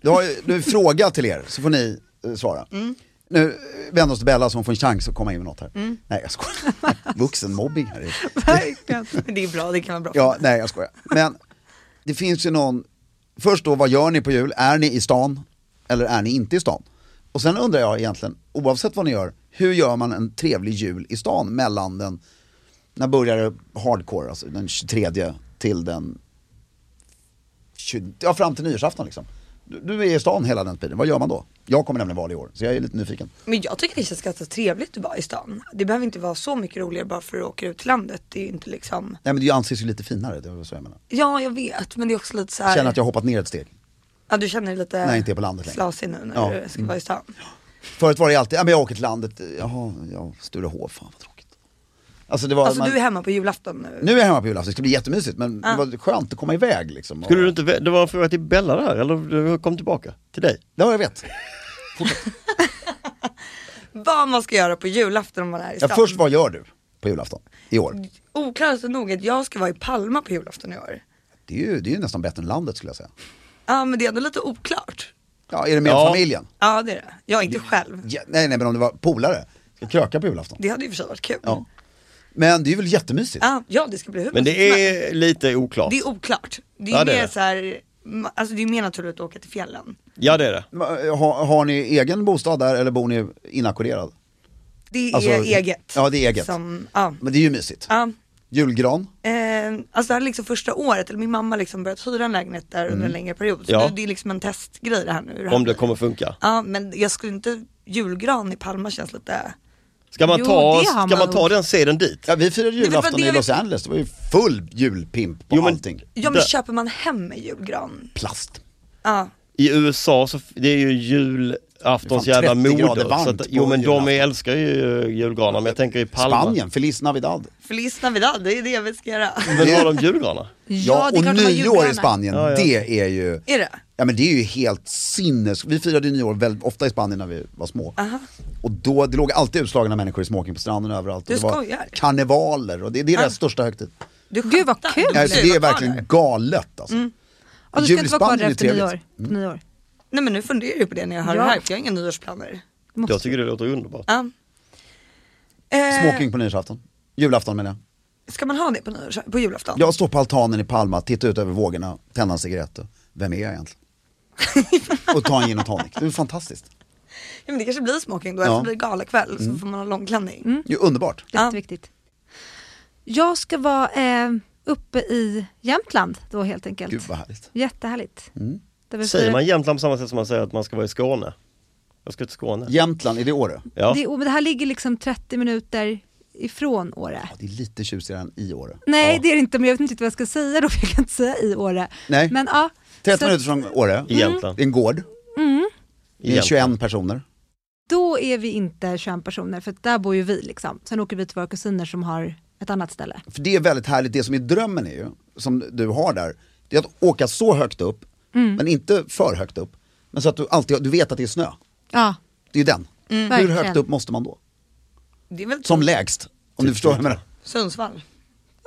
Du har ju du har en fråga till er, så får ni eh, svara. Mm. Nu eh, vänder oss till Bella så hon får en chans att komma in med något här. Mm. Nej jag skojar. <laughs> Vuxenmobbing här. i- Verkligen. Men det är bra, det kan vara bra. Ja, nej jag skojar. Men det finns ju någon, först då vad gör ni på jul? Är ni i stan eller är ni inte i stan? Och sen undrar jag egentligen, oavsett vad ni gör, hur gör man en trevlig jul i stan mellan den, när börjar det hardcore, alltså den 23 till den, 20, ja fram till nyårsafton liksom. Du, du är i stan hela den tiden, vad gör man då? Jag kommer nämligen vara det i år, så jag är lite nyfiken. Men jag tycker det känns ganska trevligt att vara i stan. Det behöver inte vara så mycket roligare bara för att åka ut till landet. Det är ju inte liksom, Nej men det anses ju lite finare, det var så jag menar. ja jag vet men det är också lite så Jag här. känner att jag har hoppat ner ett steg. Ja du känner dig lite Nej, inte är på landet längre. slasig nu när Ja. du ska vara i stan. Förut var det alltid, ja men jag åker till landet, jaha, ja, Sturehof, fan vad tråkigt. Alltså det var, Alltså man, du är hemma på julafton nu. nu är jag hemma på julafton, det ska bli jättemysigt men det var skönt att komma iväg liksom. Skulle Och- du inte, vä- det var en fråga till Bella där, eller du kom tillbaka till dig? Ja jag vet. Vad man ska göra på julafton om man är i Ja, stan. först vad gör du? på julafton i Mm. år. Oklarast nog att jag ska vara i Palma på julafton i år. Det är ju, det är ju nästan bättre än landet skulle jag säga. Ja men det är ändå lite oklart. Ja, är det med Ja. familjen? Ja det är det. Jag är inte själv. Ja, nej, nej, men om det var polare. Ska kröka på julafton. Det hade ju för sig varit kul. Ja. Men det är väl jättemysigt. Ja, ja det ska bli hur Men det mysigt som helst. är lite oklart. Det är oklart. Det är Ja, det är mer det. så här, ma- alltså det är mer naturligt att åka till fjällen. Ja det är det. Har, har ni egen bostad där eller bor ni inackorderad? Det Alltså, är eget. ja, det är eget. Som, ja. Men det är ju mysigt. Ja, Julgran? eh, alltså det här är liksom första året, eller min mamma liksom börjat hyra en lägenhet där under en längre period. Så Mm. Ja. det, det är liksom en testgrej det här nu. hur här Om det blir. kommer funka. Ja men jag skulle inte, julgran i Palma känns lite Ska man Jo, ta, det har ska man man ta nog. den seden dit? Ja, vi firade det var julafton det i vi- Los Angeles. Det var ju full julpimp på Jo, men- allting. Ja men Där. köper man hem en julgran? Plast. Ja, I USA så f- det är ju julaftons Det är fan jävla 30 grader moder. Så varmt att, jo på men de julafton. älskar ju julgranar men jag tänker i Palma. Spanien, Feliz Navidad. Feliz Navidad, det är det vi ska göra. Men har de julgranar? Ja, det är och klart de har nyår julgranar. i Spanien, Ja, ja. det är ju... Är det? Ja men det är ju helt sinnes... Vi firade ju nyår väldigt ofta i Spanien när vi var små. Och då, det låg alltid utslagna människor i smoking på stranden överallt. Du och det var skojar. karnevaler och det, det är deras största högtid. Du Gud, vad skämtar. kul. Du Ja, blir det är vad fan verkligen galet alltså. Mm. Ja, du Jul ska i inte vara kvar Spanien där är efter nyår. trevligt. Efter Mm. nyår. Nej men nu funderar jag på det när jag hör Ja. det här, för jag har inga nyårsplaner. Måste. Jag tycker det låter underbart. Ja. Eh, Smoking på nyårsafton. Julafton menar jag. Ska man ha det på, nyårs, på julafton? Jag står på altanen i Palma, tittar ut över vågorna, tänder en cigarett och vem är jag <laughs> egentligen? och ta en gin och tonic. Det är fantastiskt. Ja, men det kanske blir smoking då, Ja. Mm. eller så blir det galakväll så får man ha långklänning. Mm. Det är ju underbart. Ja. Jätteviktigt. Jag ska vara eh, uppe i Jämtland då helt enkelt. Gud vad härligt. Jättehärligt. Där vi Mm. Säger firar- man Jämtland på samma sätt som man säger att man ska vara i Skåne? Jag ska till Skåne. Jämtland, är det Åre? Ja. det, och det här ligger liksom 30 minuter ifrån Åre. Ja, det är lite tjusigare än i Åre. Nej det är det inte, men jag vet inte riktigt vad jag ska säga då, <laughs> för jag kan inte säga i Åre. Nej. Men ja. 30 så Mm. minuter från Åre. I Jämtland. Det är en gård. I Det är Jämtland. 21 personer. Då är vi inte 21 personer, för att där bor ju vi liksom. Sen åker vi till våra kusiner som har ett annat ställe. För det är väldigt härligt, det som är drömmen är ju, som du har där, det är att åka så högt upp, Mm. men inte för högt upp. Men så att du alltid, du vet att det är snö. Ja, Det är ju den. Hur Mm. verkligen. högt upp måste man då? Det är väl typ Som lägst, om Typ du förstår vad jag menar. Sundsvall.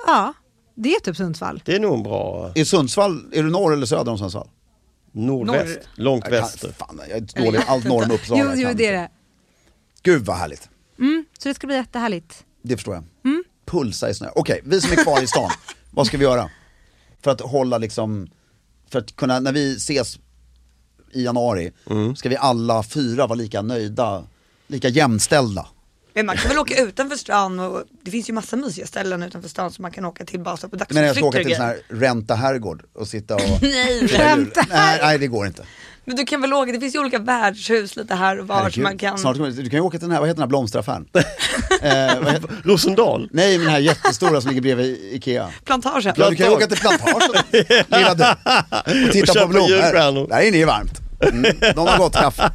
Ah. ja, det är typ Sundsvall. Det är nog en bra I Sundsvall, är du norr eller söder om Sundsvall? nordväst, långt Jag kan- väster. Fan, jag är dålig, allt norr om Uppsala. Jo, jag jo kan det är inte. det. Gud vad härligt. Mm, så det ska bli jättehärligt. Det förstår jag. Pulsa i snö. Okej, vi som är kvar i <laughs> stan, vad ska vi göra? För att hålla liksom, för att kunna, när vi ses i januari, Mm. ska vi alla fyra vara lika nöjda, lika jämställda. Men man kan väl åka utanför stan och det finns ju massa mysiga ställen utanför stan som man kan åka till bara så på Men jag ska dagsutflykter och åka till sån grejer. här ränta herrgård och sitta och... <laughs> Nej, fira jul. nej, nej det går inte. Men du kan väl åka, det finns ju olika värdshus lite här och var som Herregud. man kan. Snart, kommer- du kan ju åka till den här, vad heter den här blomsteraffären? <laughs> eh, vad heter, Rosendal? nej men den här jättestora som ligger bredvid Ikea. Plantagen. Ja, du kan ju åka till plantagen, lilla du. <laughs> Och titta Och köpa på blommor. julstjärnor. Där inne är det varmt. Mm, de har gott kaffe.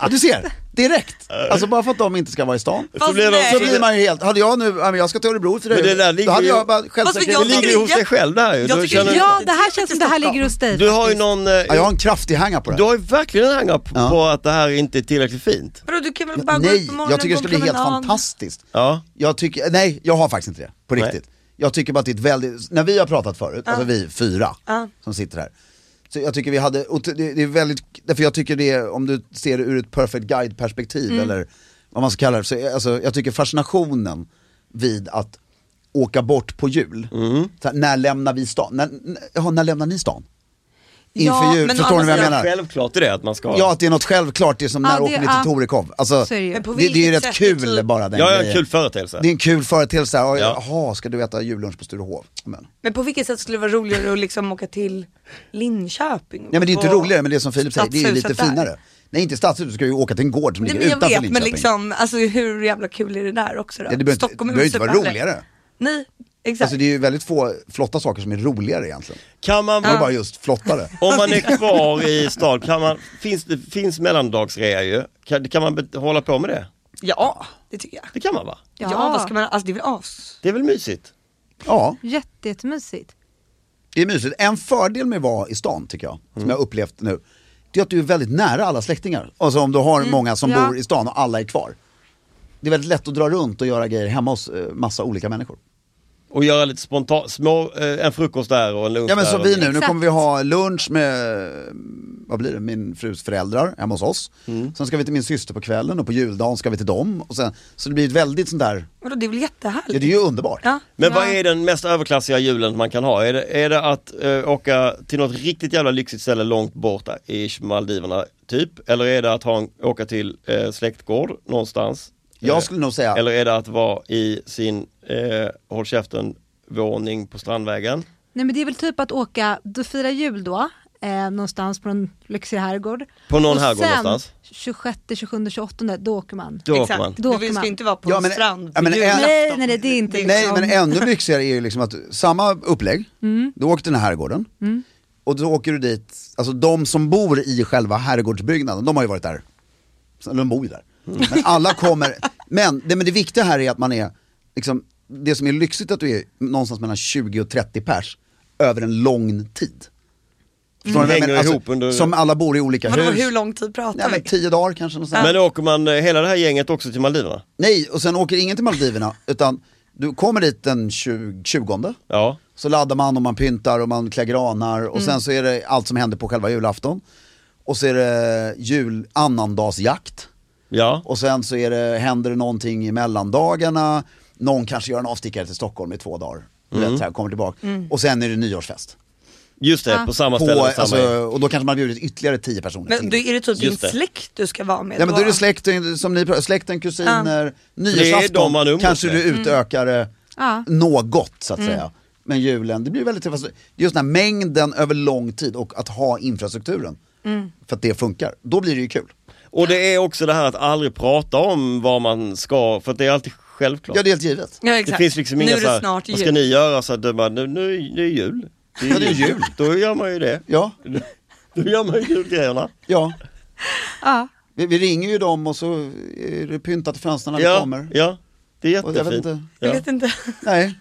Ja, du ser, direkt. Alltså bara för att de inte ska vara i stan. Så blir de, nej. så Så blir blir man ju helt, hade jag nu, ja, men jag ska till Örebro för det, Men det där ligger då hade ju- jag bara Fast självsäkerhet. jag det ligger ju hos dig själv det här ju. Jag Du, tycker- känner, Ja, det här Det känns är som det här Stockholm. ligger hos dig du har ju faktiskt. någon... Ja, eh, jag har en kraftig hang på det Du här. har ju verkligen en hang-up Ja. på att det här inte är tillräckligt fint. Vadå, du kan väl bara gå ut Nej, på morgonen jag tycker det gå ska en bli helt promenad. fantastiskt. Ja. Jag tycker, nej, jag har faktiskt inte det. På Nej. riktigt. Jag tycker bara att det är ett väldigt, när vi har pratat förut, alltså vi fyra som sitter här. Så jag tycker vi hade, och det, det är väldigt, därför jag tycker det, är- om du ser det ur ett perfect guide perspektiv Mm. eller vad man ska kalla det, så är- alltså, jag tycker fascinationen vid att åka bort på jul, så här, när lämnar vi stan? När, när, ja, när lämnar ni stan? Inför Ja, jul, men å förstår ni andra vad jag sidan- menar? Självklart är det att man ska ha... Ja, att det är något självklart, det är som Ja, när det- åker ni till ja. Torekov. Alltså, Så är det ju. det, Men på det, är ju vilket rätt sätt är kul typ- bara den Ja, ja, en grejen. kul företeelse. Det är en kul företeelse, här. Ja. jaha ska du äta jullunch på Sturehov? Men. Men på vilket sätt skulle det vara roligare att liksom åka till Linköping? Nej men det är inte Och- roligare, men det är som Filip säger, det är ju Stadshuset lite där. finare. Nej inte stadshuset, du ska ju åka till en gård som Nej, ligger men jag utanför vet, Linköping. men liksom alltså, hur jävla kul är det där också då? Ja, det behöver inte, det Stockholm är behöver inte vara superhärligt. roligare. Nej, exakt. Alltså det är ju väldigt få flotta saker som är roligare egentligen. Kan man Det är vara... bara just flottare. Om man är kvar i stad, kan man, finns, det finns mellandagsrea ju. Kan, kan man be- hålla på med det? Ja, det tycker jag. Det kan man va? Ja. vad ska man, alltså det är väl as? Det är väl mysigt? Ja, Jätte, jättemysigt. det är mysigt. En fördel med att vara i stan tycker jag, som jag har upplevt nu, Mm. det är att du är väldigt nära alla släktingar. Alltså om du har många som Ja. bor i stan och alla är kvar. det är väldigt lätt att dra runt och göra grejer hemma hos eh, massa olika människor. Och göra lite spontant, små, eh, en frukost där och en lunch Ja men där som och- vi nu, nu Exakt. kommer vi ha lunch med, vad blir det, min frus föräldrar hemma hos oss. Sen ska vi till min syster på kvällen och på juldagen ska vi till dem. Och sen, så det blir ett väldigt sånt där, Vadå det är väl ja, jättehärligt? det är ju underbart. Ja. Men vad är den mest överklassiga julen man kan ha? Är det, är det att eh, åka till något riktigt jävla lyxigt ställe långt bort i Maldiverna typ? Eller är det att ha en, åka till eh, släktgård någonstans? Eh, Jag skulle nog säga, Eller är det att vara i sin, eh, håll käften, våning på Strandvägen? Nej men det är väl typ att åka, du firar jul då, eh, någonstans på en lyxig herrgård. På någon Och herrgård sen, någonstans? 26, 27, 28, då åker man. Då åker Exakt. man. Då åker du man. ska inte vara på Ja, en men- strand ja, på men en- julafton. Nej, nej, nej, det är inte nej liksom- men ännu lyxigare är ju liksom att samma upplägg, Mm. du åker till den här herrgården. Och då åker du dit, alltså de som bor i själva herrgårdsbyggnaden, de har ju varit där, eller de bor ju där. Mm. Men alla kommer, men det, men det viktiga här är att man är, liksom, det som är lyxigt att du är någonstans mellan 20 och 30 pers över en lång tid. Förstår du vad jag Hänger menar? Alltså, ihop under- Som alla bor i olika Vadå hus. hur lång tid Ja, pratar men typ- vi? tio dagar kanske. Något sånt här. Men åker man eh, hela det här gänget också till Maldiverna? Nej, och sen åker ingen till Maldiverna utan du kommer dit den 20, 20 Ja. så laddar man och man pyntar och man klär granar och sen så är det allt som händer på själva julafton. Och så är det jul annandagsjakt Ja. och sen så är det, händer det någonting i mellandagarna, någon kanske gör en avstickare till Stockholm i två dagar. Du Vet, så här, kommer tillbaka. Och sen är det nyårsfest. Just det, på samma På, ställe. samma gäng. alltså, och då kanske man har bjudit ytterligare tio personer. Men då är det typ din Just det. släkt du ska vara med Ja men då är det släkten, som ni pratar, släkten, kusiner, de man nyårsafton umgås kanske med. Mm. du utökar det Ja. något så att säga. Men julen, det blir väldigt träffat. Det är just den här mängden över lång tid och att ha infrastrukturen Mm. för att det funkar. Då blir det ju kul. Och det är också det här att aldrig prata om vad man ska, för att det är alltid självklart. Ja det är helt givet. Ja, Det exakt. finns liksom inga Nu är det såhär, snart vad ska jul. ni göra? Så att det bara, nu, nu är det är jul. Ja, det är jul. <laughs> Då gör man ju det. Ja, Då gör man ju julgrejerna. ja. Ja. Vi, vi ringer ju dem och så är det pyntat i fönstren när vi Ja, kommer. ja, det är Och jag vet jättefint. inte. Jag Ja. vet inte. Nej.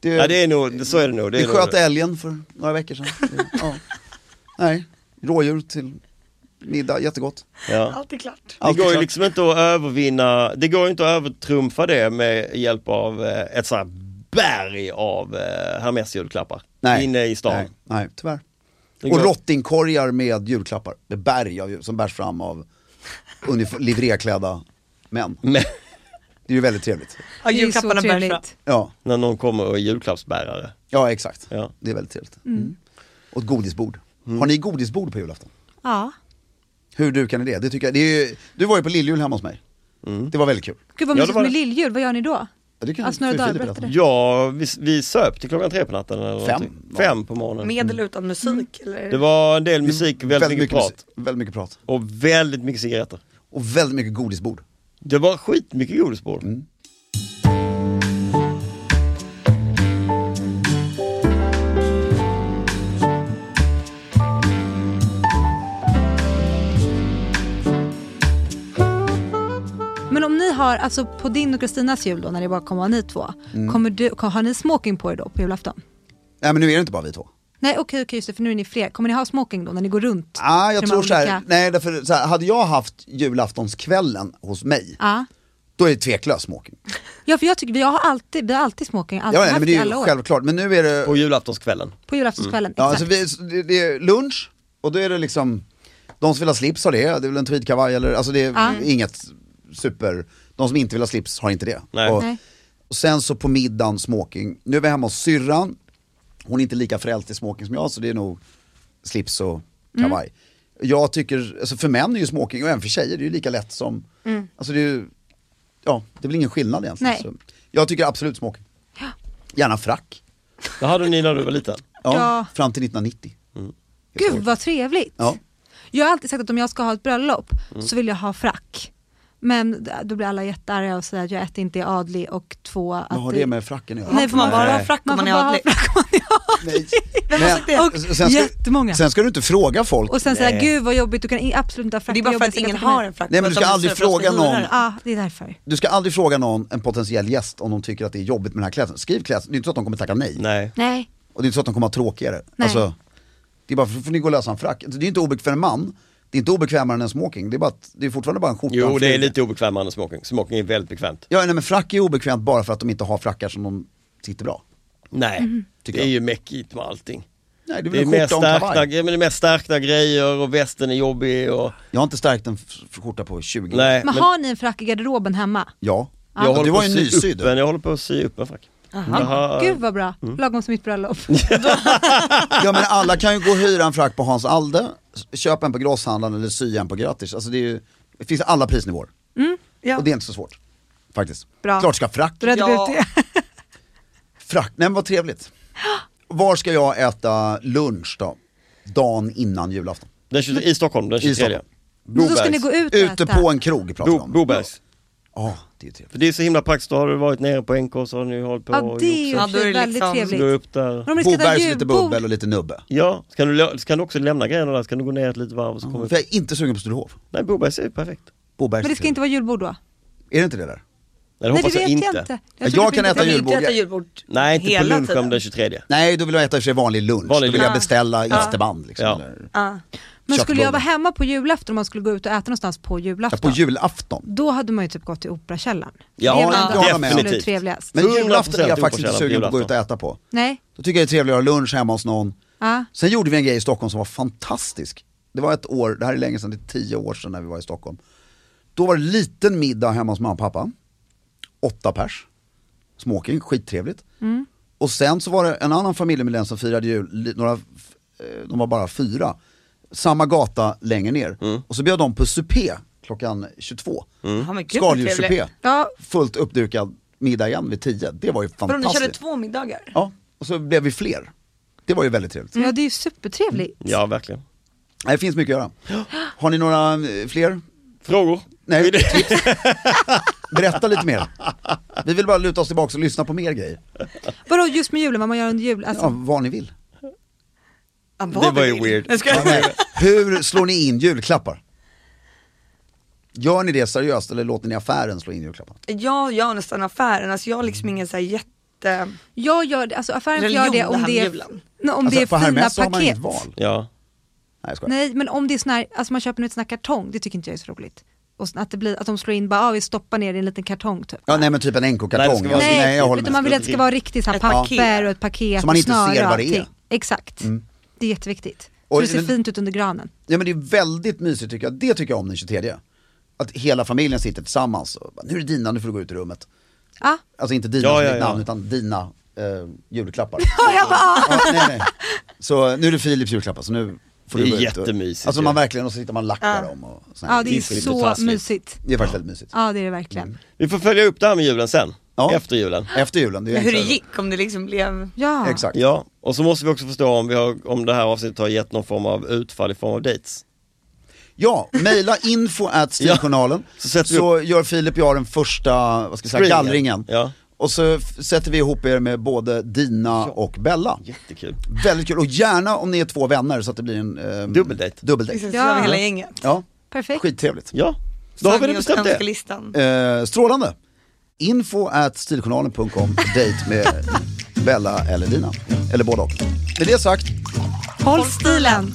Det, Ja, det är nog, så är det nog. Det är vi nog sköt det. älgen för några veckor sedan. Det- Ja. Nej, rådjur till middag, jättegott. Ja. Allt är klart. Det Allt är går ju klart. liksom inte att övervinna, det går ju inte att övertrumfa det med hjälp av eh, ett sånt här berg av eh, Hermes-julklappar. Inne i stan. Nej, nej tyvärr. Det går- Och rottingkorgar med julklappar. Med berg av, jul- som bärs fram av unif- livréklädda män. <laughs> Men, Det är ju väldigt trevligt. Ja, Det är ju så julklapparna bär fram. trevligt. Ja, när någon kommer och är julklappsbärare. ja exakt. Ja. Mm. Det är väldigt trevligt. Mm. Och ett godisbord. Har ni godisbord på julafton? Ja. Hur dukar ni det? det, tycker jag, det är ju, du var ju på lilljul hemma hos mig. Mm. Det var väldigt kul. Gud vad Ja, det mysigt var med det. lilljul, vad gör ni då? Ja, det kan Ja, Snurra för Dahl Filip berättade. berätta. Ja, vi, vi söp till klockan tre på natten eller Fem. någonting. Fem på morgonen. Med eller utan musik Mm. eller? Mm. Det var en del musik, väldigt, mycket prat musik- väldigt mycket prat. och väldigt mycket cigaretter. Och väldigt mycket godisbord. Det var skitmycket godisbord. Men om ni har, alltså på din och Kristinas jul då när det bara kommer vara ni två, Mm. kommer du, har ni smoking på er då på julafton? Nej men nu är det inte bara vi två. Nej okej okej just det för nu är ni fler, kommer ni ha smoking då när ni går runt? Ah, jag Till de tror så här, olika- nej därför, så här, hade jag haft julaftonskvällen hos mig, Ja. då är det tveklöst smoking. Ah. Ja för jag tycker, vi har alltid, vi har alltid smoking, alltid Ja, nej, Alltså, haft men det är alla ju år. självklart. Men nu är det, På julaftonskvällen. På julaftonskvällen, ja, exakt. alltså vi, det, det är lunch och då är det liksom, de som vill ha slips har det, det är väl en tweedkavaj eller, alltså det är Ja. inget super, de som inte vill ha slips har inte det. Nej. Och, Nej. och sen så på middagen smoking, nu är vi hemma hos syrran, hon är inte lika frälst i smoking som jag så det är nog slips och Mm. kavaj. Jag tycker, alltså för män är ju smoking och även för tjejer, det är ju lika lätt som, alltså det är ju, ja det är väl ingen skillnad egentligen. Mm. Nej. Så, jag tycker absolut smoking. Gärna frack. Det hade ni när du var liten. Ja, Ja. fram till 1990. Mm. Gud vad trevligt. Ja. Mm. Jag har alltid sagt att om jag ska ha ett bröllop så vill jag ha frack. Men då blir alla jättearga och säger att jag ett inte är adlig och två att Vad har det med fracken att göra? Nej, Får man bara ha Nej. frack om Man man får är bara ha adlig? frack om man är adlig. Nej. Vem har sagt det? Och jättemånga. Sen ska du inte fråga folk. Och sen säga gud vad jobbigt, du kan i- absolut inte ha frack Det är på bara för jobbet, att jag ingen kan inte har med. en frack. Nej, men för du att ska de aldrig är så jävla fråga stora. någon. Ja ah, det är därför. Du ska aldrig fråga någon, en potentiell gäst, om de tycker att det är jobbigt med den här klädseln. Skriv klädseln, det är inte så att de kommer tacka nej. Nej. Nej. Eh, Och det är inte så att de kommer ha tråkigare. Nej. Alltså, det är bara, för får ni gå och lösa en frack. Alltså, Det är inte obekvämt för en man, Det är inte obekvämare än smoking, det är, bara att, det är fortfarande bara en skjorta. Jo, en det är fluga. lite obekvämare än smoking. Smoking är väldigt bekvämt. Ja, nej, men frack är obekvämt bara för att de inte har frackar som de sitter bra. Nej, Mhm. Tycker det är jag. ju mäckigt med allting. Nej, det är Det väl är, en skjorta mest och en stärkta, kavaj. Mm. ja, men det är mest stärkta grejer och västen är jobbig och... Jag har inte stärkt en f- skjorta på 20 år. Nej, Men har ni en frack i garderoben hemma? Ja. jag, håller Du på var att ju sy nysydd. upp en, jag håller på att sy upp en frack. Jag har- Gud vad bra, Mm. lagom som <laughs> mitt bröllop. Ja men alla kan ju gå och hyra en frack på Hans Alde, s- köpa en på grosshandlaren eller sy en på Grattis. Alltså det, är ju, det finns alla prisnivåer. Ja. Och det är inte så svårt. Faktiskt. Mm, Bra. Klart ska frack. Då redde vi Ja. ut det. Frack, nej men vad trevligt. Var ska jag äta lunch då? Dagen innan julafton. Den 20, I Stockholm den 23. Stockholm. Men då ska ni gå ut och Ute äta. på en krog pratar vi Bo, om. Bobergs. Ja, det är ju trevligt. För det är så himla praktiskt, då har du varit nere på NK så har ni hållit på Ja det är ju Ja, gjort då är det väldigt liksom- så. Så går du trevligt. upp där. Men om ni ska äta Bobergs, lite julbord, bubbel och lite nubbe. Ja, så kan du, lö- så kan du också lämna grejerna där, så kan du gå ner ett litet varv och så kommer För du... jag är inte sugen på Sturehof. Nej, Bobergs är ju perfekt. Bobergs men det ska är inte vara julbord då? trevligt. Är det inte det där? Nej, det Nej det hoppas vet jag inte. Jag tror kan det äta blir- Men jul. julbord. inte äta julbord Nej, inte på hela lunchen tiden. den 23. Nej, då vill jag äta i och för sig vanlig lunch. Vanlig då vill jag lunch. beställa isterband liksom. Ja. Eller, Ja. Men skulle jag köttbullar. vara hemma på julafton om man skulle gå ut och äta någonstans på Ja, julafton? på julafton. då hade man ju typ gått till Operakällaren. Ja, det är väl jag ändå håller med. absolut Definitivt. trevligast. Men 100% julafton är jag faktiskt inte okällad sugen på att gå ut och julafton. äta på. Nej, Då tycker jag det är trevligare att ha lunch hemma hos någon. ja. Sen gjorde vi en grej i Stockholm som var fantastisk. Det var ett år, det här är länge sedan, det är tio år sedan när vi var i Stockholm. Då var det liten middag hemma hos mamma och pappa. Åtta pers. Smoking, skittrevligt. Mm. Och sen så var det en annan familjemedlem som firade jul, li- några, f- eh, de var bara fyra. Samma gata längre ner. Mm. Och så bjöd de på supé klockan 22. Ja, men gud, vad trevligt. Skaldjurssupé. Ja. Fullt uppdukad middag igen vid 10. Det var ju Vadå ni körde fantastiskt. två middagar? Ja, och så blev vi fler. Det var ju väldigt trevligt. ja det är ju supertrevligt. Ja, verkligen. Nej, Det finns mycket att göra. Har ni några eh, fler? Frågor? Nej, tips? Berätta lite mer. Vi vill bara luta oss tillbaka och lyssna på mer grejer. Vadå just med julen, vad man gör under jul? Alltså, Ja, vad ni vill. Ja, Det var ju weird. Ah, Jag ska... Ja, men, hur slår ni in julklappar? Gör ni det seriöst eller låter ni affären slå in julklapparna? Jag gör nästan affären, alltså jag har liksom ingen så här jätte... Jag gör det, alltså affären får Religion göra det det om här det med är, julen. Nej, om Alltså, det är på fina Hermes så har man inget paket. val. Ja. Nej jag skojar. Nej men om det är sån här, alltså man köper nu en sån här kartong, det tycker inte jag är så roligt. Och sen att, det blir, att de slår in bara, ah, vi stoppar ner det i en liten kartong typ. Ja, nej men typ en Nej, det NK-kartong. ska Nej, vara- nej, jag håller med. utan man vill att det ska vara riktigt så här Ett papper paket. och ett paket Så man och inte snöre ser och vad det är. Mm. allting. Exakt, det är jätteviktigt. Och- så det ser men- fint ut under granen. Ja men det är väldigt mysigt tycker jag, det tycker jag om den 23 Att hela familjen sitter tillsammans och bara, nu är det dina, nu får du gå ut ur rummet. Ah, Ja, Alltså inte dina Ja, som ja, ditt ja. namn utan dina eh, julklappar. Ja, jag bara, ja, nej, nej. Så nu är det Filips julklappar så nu får du Det är gå ut. jättemysigt Alltså ju. man verkligen, och så sitter man och lackar dem och sån här ja det är grej. så fantastiskt. mysigt. Det är faktiskt väldigt mysigt. Ja det är det Mm. verkligen. Vi får följa upp det här med julen sen. Ja. Efter julen. Efter julen, det är Hur det enklare. gick, om det liksom blev... Ja. Exakt. Ja, och så måste vi också förstå om, vi har, om det här avsnittet har gett någon form av utfall i form av dates. Ja, mejla info at stiljournalen. <laughs> Så sätter vi så gör Filip och jag den första, vad ska jag säga, Screeningen. gallringen. Ja. Och så f- sätter vi ihop er med både Dina och Bella. Jättekul. Väldigt kul, och gärna om ni är två vänner så att det blir en... Eh, Dubbeldejt. dubbeldejt. Liksom, Ja. så var hela gänget. Ja, Perfekt. skittrevligt. Ja, då har vi det Sanningens bestämt det. önskelistan. Eh, strålande. Info at stiljournalen.com, dejt med Bella eller Dina. Eller både och. Med det sagt, Håll stilen!